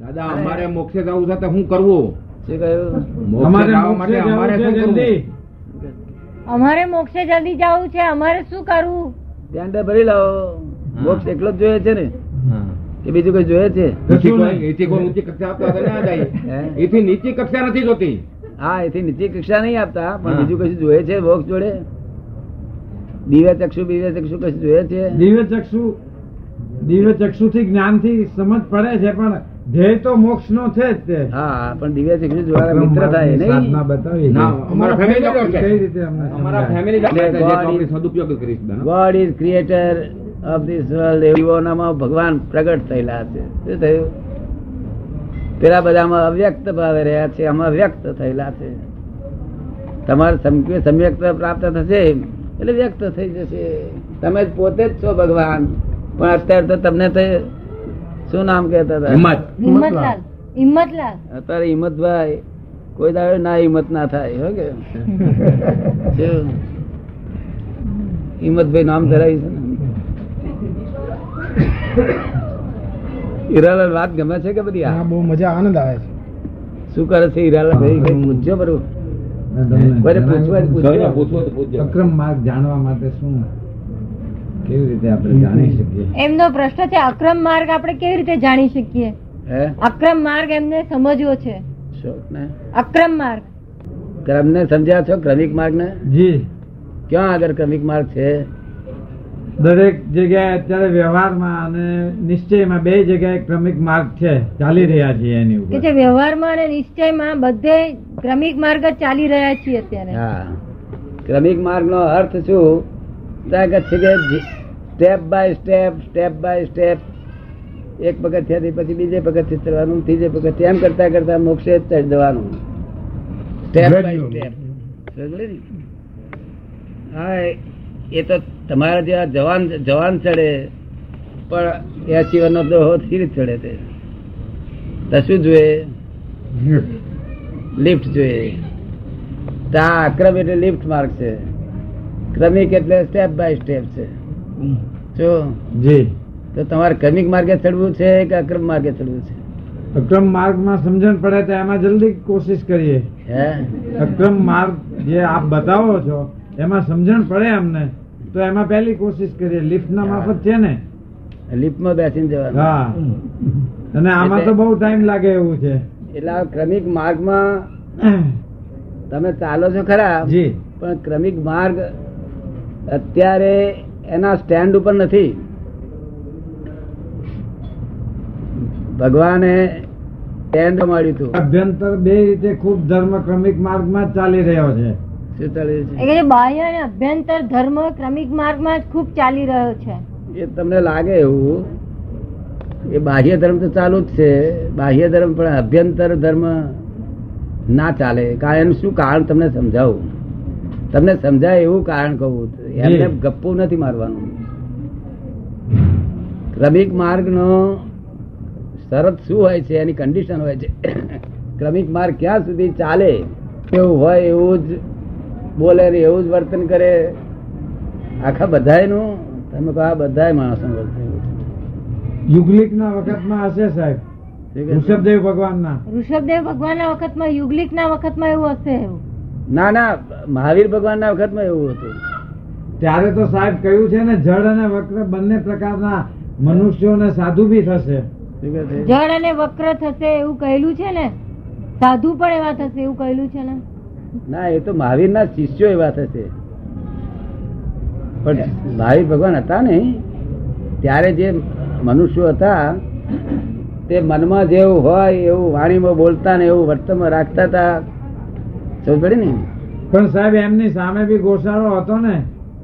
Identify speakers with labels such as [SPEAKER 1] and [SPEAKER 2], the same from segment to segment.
[SPEAKER 1] દાદા અમારે મોક્ષે જવું છે તો શું કરવું
[SPEAKER 2] શું કહ્યું
[SPEAKER 1] મોક્ષે
[SPEAKER 3] અમારે
[SPEAKER 1] જવા માટે
[SPEAKER 3] મોક્ષે જવું
[SPEAKER 1] અમારે
[SPEAKER 3] છે
[SPEAKER 1] શું
[SPEAKER 3] જલ્દી.
[SPEAKER 1] કરવું
[SPEAKER 4] અમારે મોક્ષે જલ્દી જવું છે અમારે શું કરવું
[SPEAKER 2] ધ્યાન તો ભરી લાવો મોક્ષ એકલો જ જોઈએ છે ને કે બીજું કઈ જોઈએ છે
[SPEAKER 1] એથી કોઈ- એથી કોઈ ઊંચી કક્ષા આપતા તો ના જાય
[SPEAKER 2] હે?
[SPEAKER 1] એથી નીચી કક્ષા નથી જોતી
[SPEAKER 2] હા એથી નીચી કક્ષા નહીં આપતા પણ
[SPEAKER 1] હા.
[SPEAKER 2] બીજું કશું જોઈએ છે મોક્ષ જોડે દિવ્ય ચક્ષુ દિવ્ય ચક્ષુ કશું જોઈએ છે
[SPEAKER 3] દિવ્ય ચક્ષુ દિવ્ય ચક્ષુ થી જ્ઞાન થી સમજ પડે છે પણ ધ્યેય તો મોક્ષ નો છે જ તે
[SPEAKER 2] હા પણ દિવ્ય ચક્ષુ જોવાના મિત્ર થાય નહીં
[SPEAKER 3] સાધના બતાવી છે.
[SPEAKER 1] ના, અમારા family doctor છે.
[SPEAKER 3] કઈ રીતે અમને
[SPEAKER 1] અમારા
[SPEAKER 3] સમજાય?
[SPEAKER 1] ફેમિલી
[SPEAKER 2] એટલે God is-
[SPEAKER 1] સદુપયોગ કરીશ દાદા.
[SPEAKER 2] God is creator of this world એવોનામાં ભગવાન પ્રગટ થયેલા છે શું થયું પેલા બધામાં અવ્યક્ત ભાવે રહ્યા છે આમાં વ્યક્ત થયેલા છે તમારે સમ- સમ્યક્ત પ્રાપ્ત થશે એટલે વ્યક્ત થઈ જશે તમે જ પોતે જ છો ભગવાન પણ અત્યારે તો તમને તે શું નામ કહેતા હતા
[SPEAKER 1] હિંમત
[SPEAKER 4] હિંમતલાલ હિંમતલાલ
[SPEAKER 2] અત્યારે હિંમતભાઈ કોઈ દાડો ના હિંમત ના થાય હો કે શું? હિંમતભાઈ નામ ધરાવ્યું છે ને હીરાલાલ વાત ગમે છે કે બધી આ?
[SPEAKER 3] બહુ મજા આનંદ આવે છે
[SPEAKER 2] શું કરે છે હીરાલાલ ભાઈ કઈ પૂછજો બરું
[SPEAKER 3] મેં તમને
[SPEAKER 2] કોઈને પૂછવા જ
[SPEAKER 3] જણાવ્યું
[SPEAKER 1] કોઈને
[SPEAKER 2] પૂછજો.
[SPEAKER 1] પૂછવું હોય તો પૂછજો.
[SPEAKER 3] અક્રમ માર્ગ જાણવા માટે શું કેવી રીતે આપણે જાણી શકીએ
[SPEAKER 4] એમનો પ્રશ્ન છે અક્રમ માર્ગ આપણે કેવી રીતે જાણી શકીએ
[SPEAKER 2] હે
[SPEAKER 4] અક્રમ માર્ગ એમને સમજવો છે
[SPEAKER 2] શોખ ને
[SPEAKER 4] અક્રમ માર્ગ
[SPEAKER 2] ક્રમને સમજ્યા છો ક્રમિક માર્ગ ને
[SPEAKER 3] જી
[SPEAKER 2] ક્યાં આગળ ક્રમિક માર્ગ છે
[SPEAKER 3] દરેક જગ્યાએ અત્યારે વ્યવહારમાં અને નિશ્ચયમાં બે જગ્યાએ ક્રમિક માર્ગ છે ચાલી રહ્યા છીએ એની
[SPEAKER 4] કે
[SPEAKER 3] ઉપર
[SPEAKER 4] જે વ્યવહારમાં અને નિશ્ચયમાં બધે ક્રમિક માર્ગ જ ચાલી રહ્યા છીએ અત્યારે
[SPEAKER 2] હા ક્રમિક માર્ગ નો અર્થ શું ત્યાં કહે છે કે step by step step by step એક પગથિયાથી પછી બીજે પગથિયે ચડવાનું ત્રીજે પગથિયે એમ કરતા કરતા મોક્ષે ચડી જવાનું સ્ટેપ બાય સ્ટેપ સમજ્યો ને? હા એ- એ તો તમારા જેવા જવાન જવાન ચડે પણ એ જીવનનો દોહો ધીરે ચડે તે તો શું જોઈએ લિફ્ટ જોઈએ તો આ અક્રમ એટલે લિફ્ટ માર્ગ છે ક્રમિક એટલે સ્ટેપ બાય સ્ટેપ છે જો
[SPEAKER 3] જી
[SPEAKER 2] તો તમારે ક્રમિક માર્ગે ચડવું છે કે અક્રમ માર્ગે ચડવું છે
[SPEAKER 3] અક્રમ માર્ગમાં સમજણ પડે તો એમાં જલ્દી કોશિશ કરીએ
[SPEAKER 2] હે
[SPEAKER 3] અક્રમ માર્ગ જે આપ બતાવો છો એમાં સમજણ પડે અમને તો એમાં પહેલી કોશિશ કરીએ લિફ્ટના માફત છે ને
[SPEAKER 2] લિફ્ટમાં બેસીને જવાનું
[SPEAKER 3] હા અને આમાં તો બહુ ટાઈમ લાગે એવું છે
[SPEAKER 2] એટલે આ ક્રમિક માર્ગમાં તમે ચાલો છો ખરા
[SPEAKER 3] જી
[SPEAKER 2] પણ ક્રમિક માર્ગ અત્યારે એના સ્ટેન્ડ ઉપર નથી ભગવાને સ્ટેન્ડ મળ્યું હતું
[SPEAKER 3] અભ્યંતર બે રીતે ખૂબ ધર્મ ક્રમિક માર્ગમાં જ ચાલી રહ્યો છે
[SPEAKER 2] શું ચાલ્યું
[SPEAKER 4] એ કે જે બાહ્ય અને અભ્યંતર ધર્મ ક્રમિક માર્ગમાં જ ખૂબ ચાલી રહ્યો છે
[SPEAKER 2] છે એ તમને લાગે એવું એ બાહ્ય ધર્મ તો ચાલુ જ છે બાહ્ય ધર્મ પણ અભ્યંતર ધર્મ ના ચાલે કારણ એનું શું કારણ તમને સમજાવું તમને સમજાય એવું કારણ કહું એમને
[SPEAKER 3] જી.
[SPEAKER 2] ગપ્પુ નથી મારવાનું ક્રમિક માર્ગનો શરત શું હોય છે એની કન્ડિશન હોય છે ક્રમિક માર્ગ ક્યાં સુધી ચાલે એવું હોય એવું જ બોલે ને એવું જ વર્તન કરે આખા બધાયનું તમે કહો આ બધાય માણસનું વર્તન એવું છે.
[SPEAKER 3] યુગલિકના વખતમાં હશે
[SPEAKER 2] શું કહે
[SPEAKER 3] સાહેબ
[SPEAKER 2] છે?
[SPEAKER 3] ઋષભદેવ ભગવાનના
[SPEAKER 4] ઋષભદેવ ભગવાનના વખતમાં યુગલિકના વખતમાં એવું હશે એવું
[SPEAKER 2] ના ના મહાવીર ભગવાનના વખતમાં એવું હતું
[SPEAKER 3] ત્યારે તો સાહેબ કહ્યું છે ને જળ અને વક્ર બંને પ્રકારના મનુષ્યો અને સાધુ બી થશે
[SPEAKER 2] શું કહે છે?
[SPEAKER 4] જળ અને વક્ર થશે એવું કહેલું છે ને સાધુ પણ એવા થશે એવું કહેલું છે ને
[SPEAKER 2] ના એ તો મહાવીરના શિષ્યો એવા થશે પણ મહાવીર ભગવાન હતા ને ત્યારે જે મનુષ્યો હતા તે મનમાં જેવું હોય એવું વાણીમાં બોલતા ને એવું વર્તનમાં રાખતા હતા સમજ પડી ને
[SPEAKER 3] પણ સાહેબ એમની સામે બી ગોસાળો હતો ને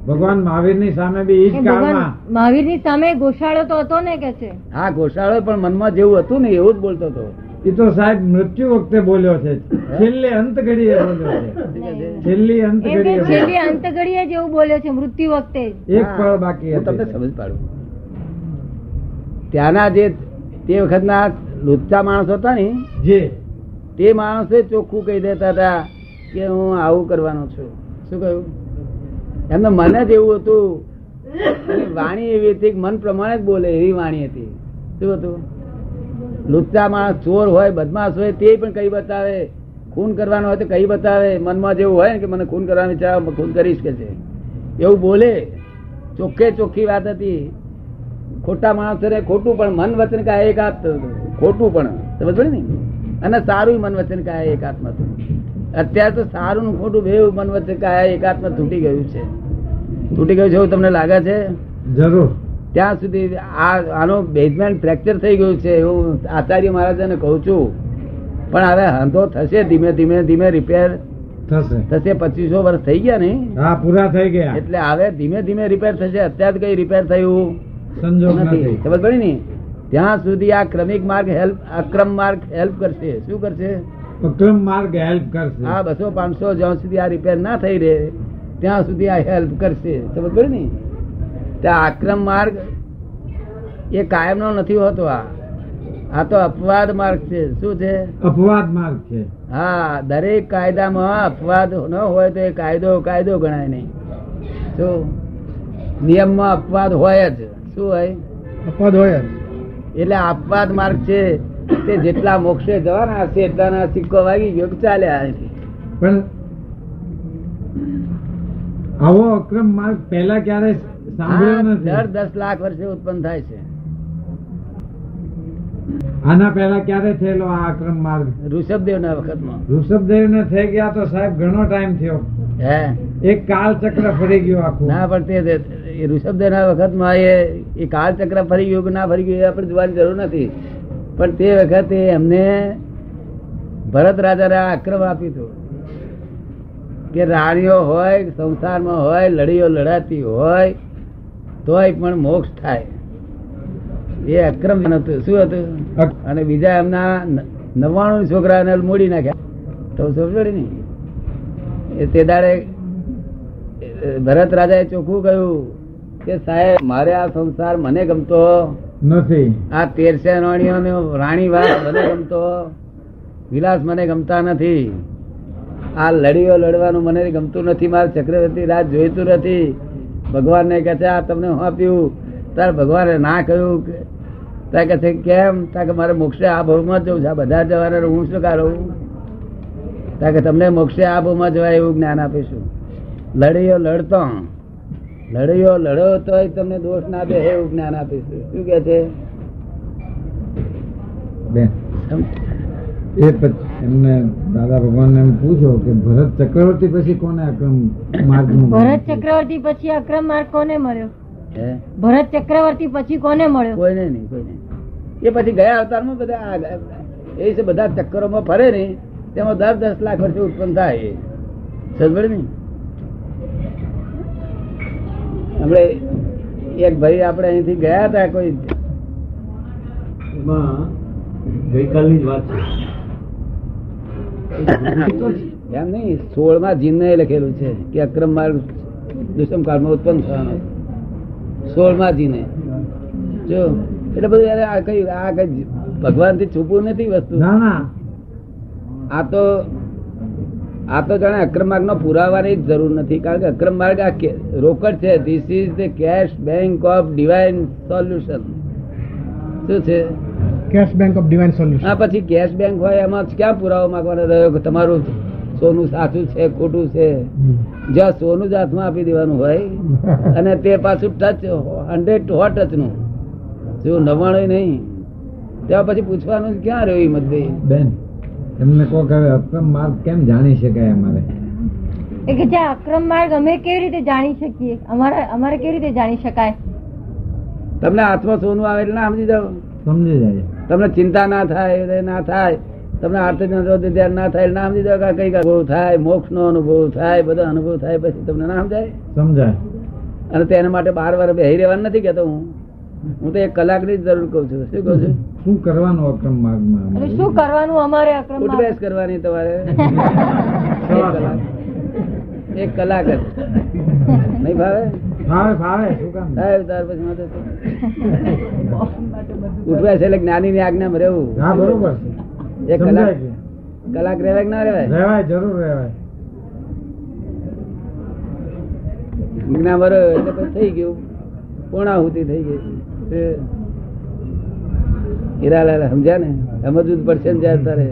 [SPEAKER 3] ભગવાન મહાવીરની સામે બી ઈ જ
[SPEAKER 4] કે ભગવાન
[SPEAKER 3] કાળમાં
[SPEAKER 4] મહાવીરની સામે ગોશાળો તો હતો ને કે છે
[SPEAKER 2] હા ઘોષાળો પણ મનમાં જેવું હતું ને એવું જ બોલતો હતો
[SPEAKER 3] એ તો સાહેબ મૃત્યુ વખતે બોલ્યો છે છેલ્લે અંત ઘડીએ બોલ્યો છે છેલ્લી અંત
[SPEAKER 4] એમ કે
[SPEAKER 3] ઘડીએ બોલ્યો.
[SPEAKER 4] છેલ્લી અંત ઘડીએ જ એવું બોલ્યો છે મૃત્યુ વખતે જ
[SPEAKER 3] એક
[SPEAKER 2] હા,
[SPEAKER 3] પળ બાકી
[SPEAKER 2] હું તમને
[SPEAKER 3] હતી.
[SPEAKER 2] સમજ પાડું ત્યાંના જે તે વખતના લુચ્ચા માણસો હતા ને
[SPEAKER 3] જી
[SPEAKER 2] તે માણસે ચોખ્ખું કહી દેતા હતા કે હું આવું કરવાનો છું શું કહ્યું એમને મન જ એવું હતું એની વાણી એવી હતી કે મન પ્રમાણે જ બોલે એવી વાણી હતી શું હતું લુચ્ચા માણસ ચોર હોય બદમાશ હોય તે પણ કઈ બતાવે ખૂન કરવાનો હોય તો કઈ બતાવે મનમાં જેવું હોય ને કે મને ખૂન કરવાની ઈચ્છા હું ખૂન કરીશ કે છે એવું બોલે ચોખ્ખે ચોખ્ખી વાત હતી ખોટા માણસોને ખોટું પણ મન વચન કાય એક આપતો ખોટું પણ સમજ પડી ને અને સારું મન વચન કાય એક આત્મા હતું અત્યારે તો સારું ને ખોટું બે મન વચન કાય એક આત્મા તૂટી ગયું છે તૂટી ગયું છે એવું તમને લાગે છે
[SPEAKER 3] જરૂર
[SPEAKER 2] ત્યાં સુધી આ આનો બેઝમેન્ટ ફ્રેક્ચર થઈ ગયું છે એવું આચાર્ય મહારાજાને કહું છું પણ હવે હંધો થશે ધીમે ધીમે ધીમે રિપેર
[SPEAKER 3] થશે
[SPEAKER 2] થશે પચીસો વર્ષ થઈ ગયા ને
[SPEAKER 3] હા પૂરા થઈ ગયા
[SPEAKER 2] એટલે હવે ધીમે ધીમે રિપેર થશે અત્યારે કઈ રિપેર થયું
[SPEAKER 3] સંજોગ
[SPEAKER 2] નથી
[SPEAKER 3] નથી
[SPEAKER 2] ખબર પડી ને ત્યાં સુધી આ ક્રમિક માર્ગ હેલ્પ અક્રમ માર્ગ હેલ્પ કરશે શું કરશે
[SPEAKER 3] અક્રમ માર્ગ હેલ્પ
[SPEAKER 2] આ
[SPEAKER 3] કરશે
[SPEAKER 2] બસો પાંચસો જ્યાં સુધી આ રિપેર ના થઈ રહે ત્યાં સુધી આ હેલ્પ કરશે સમજ પડી ને તો આ આક્રમ માર્ગ એ કાયમનો નથી હોતો આ આ તો અપવાદ માર્ગ છે શું છે
[SPEAKER 3] અપવાદ માર્ગ છે
[SPEAKER 2] હા દરેક કાયદામાં અપવાદ ન હોય તો એ કાયદો કાયદો ગણાય નહીં શું નિયમમાં અપવાદ હોય જ શું હોય
[SPEAKER 3] અપવાદ હોય
[SPEAKER 2] એટલે અપવાદ માર્ગ છે તે જેટલા મોક્ષે જવાના હશે એટલાના સિક્કો વાગી ગયો કે ચાલ્યા અહીંથી
[SPEAKER 3] પણ આવો અક્રમ માર્ગ પહેલા ક્યારે સાંભળ્યો
[SPEAKER 2] આ દર
[SPEAKER 3] નથી
[SPEAKER 2] દસ લાખ વર્ષે ઉત્પન્ન થાય છે
[SPEAKER 3] આના પહેલા ક્યારે થયેલો આ અક્રમ માર્ગ
[SPEAKER 2] ઋષભદેવના વખતમાં
[SPEAKER 3] ઋષભદેવ ને થઈ ગયા તો સાહેબ ઘણો ટાઈમ થયો
[SPEAKER 2] હે
[SPEAKER 3] એક કાલ ચક્ર ફરી ગયું આખું
[SPEAKER 2] ના પણ તે તે- એ ઋષભદેવના વખતમાં એ- એ કાળચક્ર ફરી ગયું કે ના ફરી ગયું એ આપણે જોવાની જરૂર નથી પણ તે વખતે એમને ભરત રાજાને આ આક્રમ આપ્યું હતું કે રાણીઓ હોય સંસારમાં હોય લડીઓ લડાતી હોય તોય પણ મોક્ષ થાય એ અક્રમ હતું શું હતું
[SPEAKER 3] અક-
[SPEAKER 2] અને બીજા એમના ન- નવ્વાણું છોકરાને મોડી નાખ્યા તો સમજોડી ને એ તે દાડે એ ભરત રાજાએ ચોખ્ખું કહ્યું કે સાહેબ મારે આ સંસાર મને ગમતો
[SPEAKER 3] નથી
[SPEAKER 2] આ તેરસે રાણીઓનો રાણીવાસ મને ગમતો વિલાસ મને ગમતા નથી આ લડીઓ લડવાનું મને ગમતું નથી મારે ચક્રવર્તી રાજ જોઈતું નથી ભગવાનને કહે છે આ તમને હું આપ્યું તાર ભગવાને ના કહ્યું કે- તાર કહે છે કેમ તાર કે મારે મોક્ષે આ ભાવમાં જ જવું છે આ બધા જવાના હું શું કાઢું તાર કે તમને મોક્ષે આ ભાવમાં જવાય એવું જ્ઞાન આપીશું લડીઓ લડતો લડીઓ લડો તોય તમને દોષ ના દે એવું જ્ઞાન આપીશું શું કહે છે
[SPEAKER 3] બેન
[SPEAKER 2] સમ-
[SPEAKER 3] એ પછી એમને દાદા ભગવાન એમ પૂછો કે ભરત ચક્રવર્તી પછી કોને અક્રમ માર્ગ
[SPEAKER 4] ભરત ચક્રવર્તી પછી અક્રમ માર્ગ કોને મળ્યો
[SPEAKER 2] હે
[SPEAKER 4] ભરત ચક્રવર્તી પછી કોને મળ્યો
[SPEAKER 2] કોઈને નહીં કોઈને નહીં. એ પછી ગયા અવતારમાં બધા આ ગયા. એ છે બધા ચક્કરોમાં ફરે ને તેમાં દર દસ લાખ વર્ષે ઉત્પન્ન થાય એ. સમજ પડી ને હમણે એક ભાઈ આપણે અહીંથી ગયા હતા કોઈ
[SPEAKER 3] ગઈકાલની જ વાત છે
[SPEAKER 2] એમ નહીં સોળમાં જીનને લખેલું છે કે અક્રમ માર્ગ દુષ્મ કાળમાં ઉત્પન્ન થવાનો સોળમાં જીને જો એટલે બધું યાર આ કઈ આ કઈ ભગવાનથી છુપવું નથી વસ્તુ
[SPEAKER 3] ના ના
[SPEAKER 2] આ તો આ તો જાણે અક્રમ માર્ગનો પુરાવાની જ જરૂર નથી કારણ કે અક્રમ માર્ગ આ કે- રોકડ છે this is the cash bank of divine solution શું છે
[SPEAKER 3] cash bank of divine solution
[SPEAKER 2] આ પછી કેશ બેંક હોય એમાં ક્યાં પુરાવો માંગવાનો રહ્યો કે તમારું સોનું સાચું છે ખોટું છે જ્યાં સોનું જ હાથમાં આપી દેવાનું હોય અને તે પાછું ટચ હંડ્રેડ ટુ ટચનું જો નવાણું નહીં ત્યાં પછી પૂછવાનું જ ક્યાં રહ્યું મતભેદ
[SPEAKER 3] બેન એમને કહો કે હવે અક્રમ માર્ગ કેમ જાણી શકાય અમારે
[SPEAKER 4] એ કે જે અક્રમ માર્ગ અમે કેવી રીતે જાણી શકીએ અમારે અમારે કેવી રીતે જાણી શકાય
[SPEAKER 2] તમને હાથમાં સોનું આવે એટલે ના સમજી જાઓ
[SPEAKER 3] સમજી જાય
[SPEAKER 2] તમને ચિંતા ના થાય હૃદય ના થાય તમને આર્થિક અનુભવ ધ્યાન ના થાય એટલે ના સમજી જાઓ કે આ કઈક અનુભવ થાય મોક્ષ નો અનુભવ થાય બધો અનુભવ થાય પછી તમને ના સમજાય
[SPEAKER 3] સમજાય
[SPEAKER 2] અને તેના માટે બાર વાર બેહી રહેવાનું નથી કેતો હું હું તો એક કલાકની જ જરૂર કહું છું શું કહું છું
[SPEAKER 3] શું કરવાનું અક્રમ માર્ગમાં
[SPEAKER 4] એટલે
[SPEAKER 3] અમારે?
[SPEAKER 4] શું કરવાનું અમારે અક્રમ માર્ગ
[SPEAKER 2] ઉઠબેસ કરવાની તમારે એક કલાક એક કલાક જ નહીં ભાવે
[SPEAKER 3] ફાવે ફાવે શું કામ
[SPEAKER 2] સાહેબ ત્યાર પછી માથે ઉઠબેસ એટલે જ્ઞાની ની આજ્ઞામાં રહેવું
[SPEAKER 3] હા બરોબર છે.
[SPEAKER 2] એક
[SPEAKER 3] સમજાય
[SPEAKER 2] કલાક
[SPEAKER 3] છે.
[SPEAKER 2] કલાક રહેવાય કે ના રહેવાય
[SPEAKER 3] રહેવાય જરૂર રહેવાય
[SPEAKER 2] આજ્ઞામાં રહ્યો એટલે પછી થઈ ગયું પૂર્ણાહુતિ થઈ ગઈ એ હીરાલાલ સમજ્યા ને સમજવું જ પડશે ને જ્યારે તારે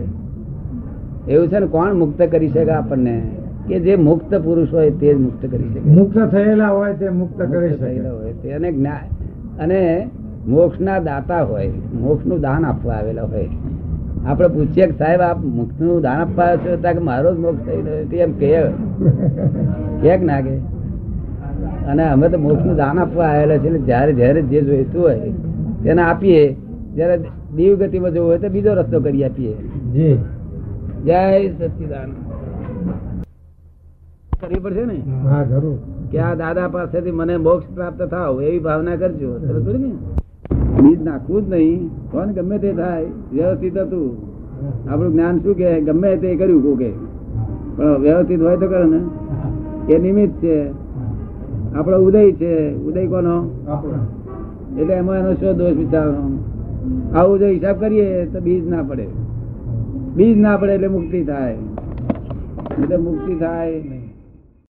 [SPEAKER 2] એવું છે ને કોણ મુક્ત કરી શકે આપણને કે જે મુક્ત પુરુષ હોય તે જ મુક્ત કરી શકે
[SPEAKER 3] મુક્ત થયેલા હોય તે મુક્ત કરી
[SPEAKER 2] મુક્ત થયેલા
[SPEAKER 3] શકે
[SPEAKER 2] હોય તે અને જ્ઞા- અને મોક્ષના દાતા હોય મોક્ષનું દાન આપવા આવેલા હોય આપણે પૂછીએ કે સાહેબ આપ મોક્ષનું દાન આપવા આવ્યા છો ત્યાં કે મારો જ મોક્ષ થઈ રહ્યો છે એમ કહે કે ના કે અને અમે તો મોક્ષનું દાન આપવા આવેલા છે જ્યારે જ્યારે જે જોઈતું હોય તેને આપીએ જ્યારે દીવ ગતિમાં જવું હોય તો બીજો રસ્તો કરી આપીએ
[SPEAKER 3] જી
[SPEAKER 2] જય સચિદાન કરવી પડશે ને
[SPEAKER 3] હા જરૂર
[SPEAKER 2] કે આ દાદા પાસેથી મને મોક્ષ પ્રાપ્ત થાવ એવી ભાવના કરજો સમજ પડી ને? બીજ નાખવું જ નહીં કોણ ગમે તે થાય વ્યવસ્થિત હતું આપણું જ્ઞાન શું કે ગમે તે કર્યું કોકે પણ વ્યવસ્થિત હોય તો કરે ને એ નિમિત્ત છે આપણો ઉદય છે ઉદય કોનો એટલે એમાં એનો શું દોષ વિચારવાનો આવું જો હિસાબ કરીએ તો બીજ ના પડે બીજ ના પડે એટલે મુક્તિ થાય એટલે મુક્તિ થાય નહીં